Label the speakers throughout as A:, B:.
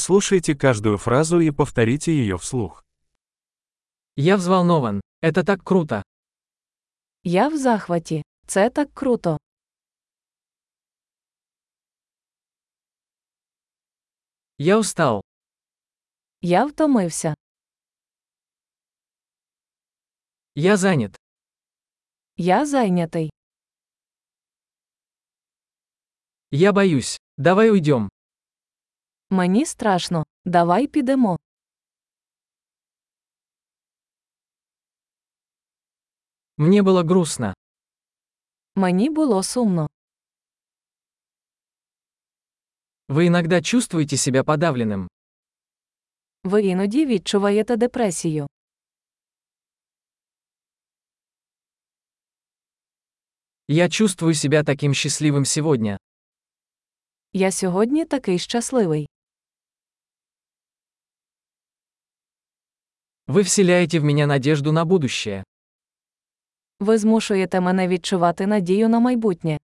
A: Прослушайте каждую фразу и повторите ее вслух.
B: Я взволнован. Это так круто.
C: Я в захваті. Це так круто.
B: Я устал.
C: Я втомився.
B: Я занят.
C: Я зайнятий.
B: Я боюсь. Давай уйдем.
C: Мені страшно. Давай підемо.
B: Мне было грустно.
C: Мені було сумно.
B: Вы иногда чувствуете себя подавленным.
C: Ви іноді відчуваєте депресію.
B: Я чувствую себя таким счастливым сегодня.
C: Я сьогодні такий щасливий.
B: Вы вселяете в меня надежду на будущее.
C: Ви змушуєте мене відчувати надію на майбутнє.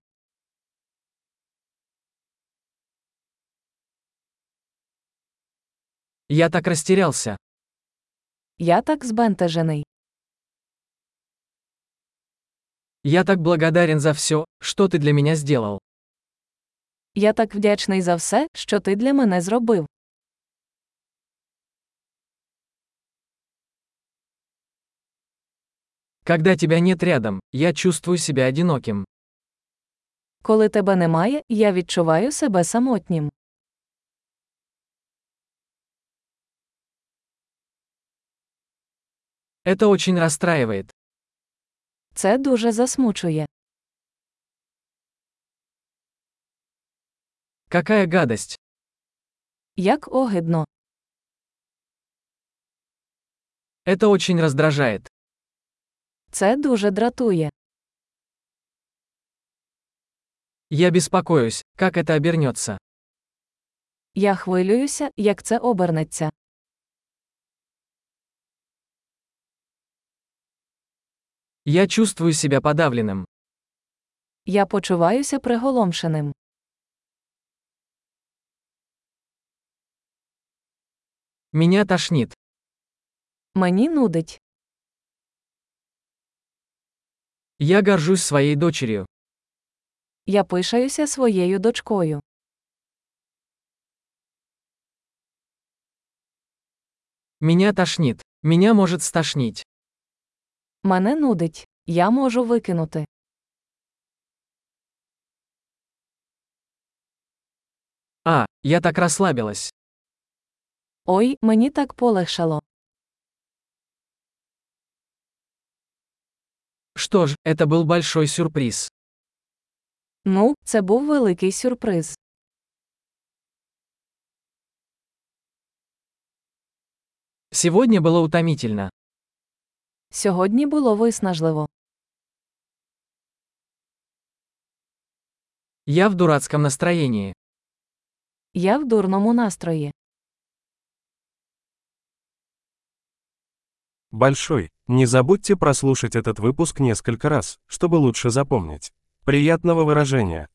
B: Я так растерялся.
C: Я так збентежений.
B: Я так благодарен за все, что ты для меня сделал.
C: Я так вдячний за все, що ти для мене зробив.
B: Когда тебя нет рядом, я чувствую себя одиноким.
C: Коли тебе немає, я відчуваю себе самотнім.
B: Это очень расстраивает.
C: Це дуже засмучує.
B: Какая гадость.
C: Як огидно.
B: Это очень раздражает.
C: Це дуже дратує.
B: Я беспокоюсь, как это обернется.
C: Я хвилююся, як це обернеться.
B: Я чувствую себя подавленным.
C: Я почуваюся приголомшеним.
B: Меня тошнит.
C: Мені нудить.
B: Я горжусь своей дочерью.
C: Я пишаюся своєю дочкою.
B: Меня тошнит. Меня может стошнить.
C: Мене нудить. Я можу викинути.
B: А, я так расслабилась.
C: Ой, мені так полегшало.
B: Что ж, это был большой сюрприз.
C: Ну, це був великий сюрприз.
B: Сегодня было утомительно.
C: Сьогодні було виснажливо.
B: Я в дурацком настроении.
C: Я в дурному настрої.
A: Большой. Не забудьте прослушать этот выпуск несколько раз, чтобы лучше запомнить. Приятного выражения!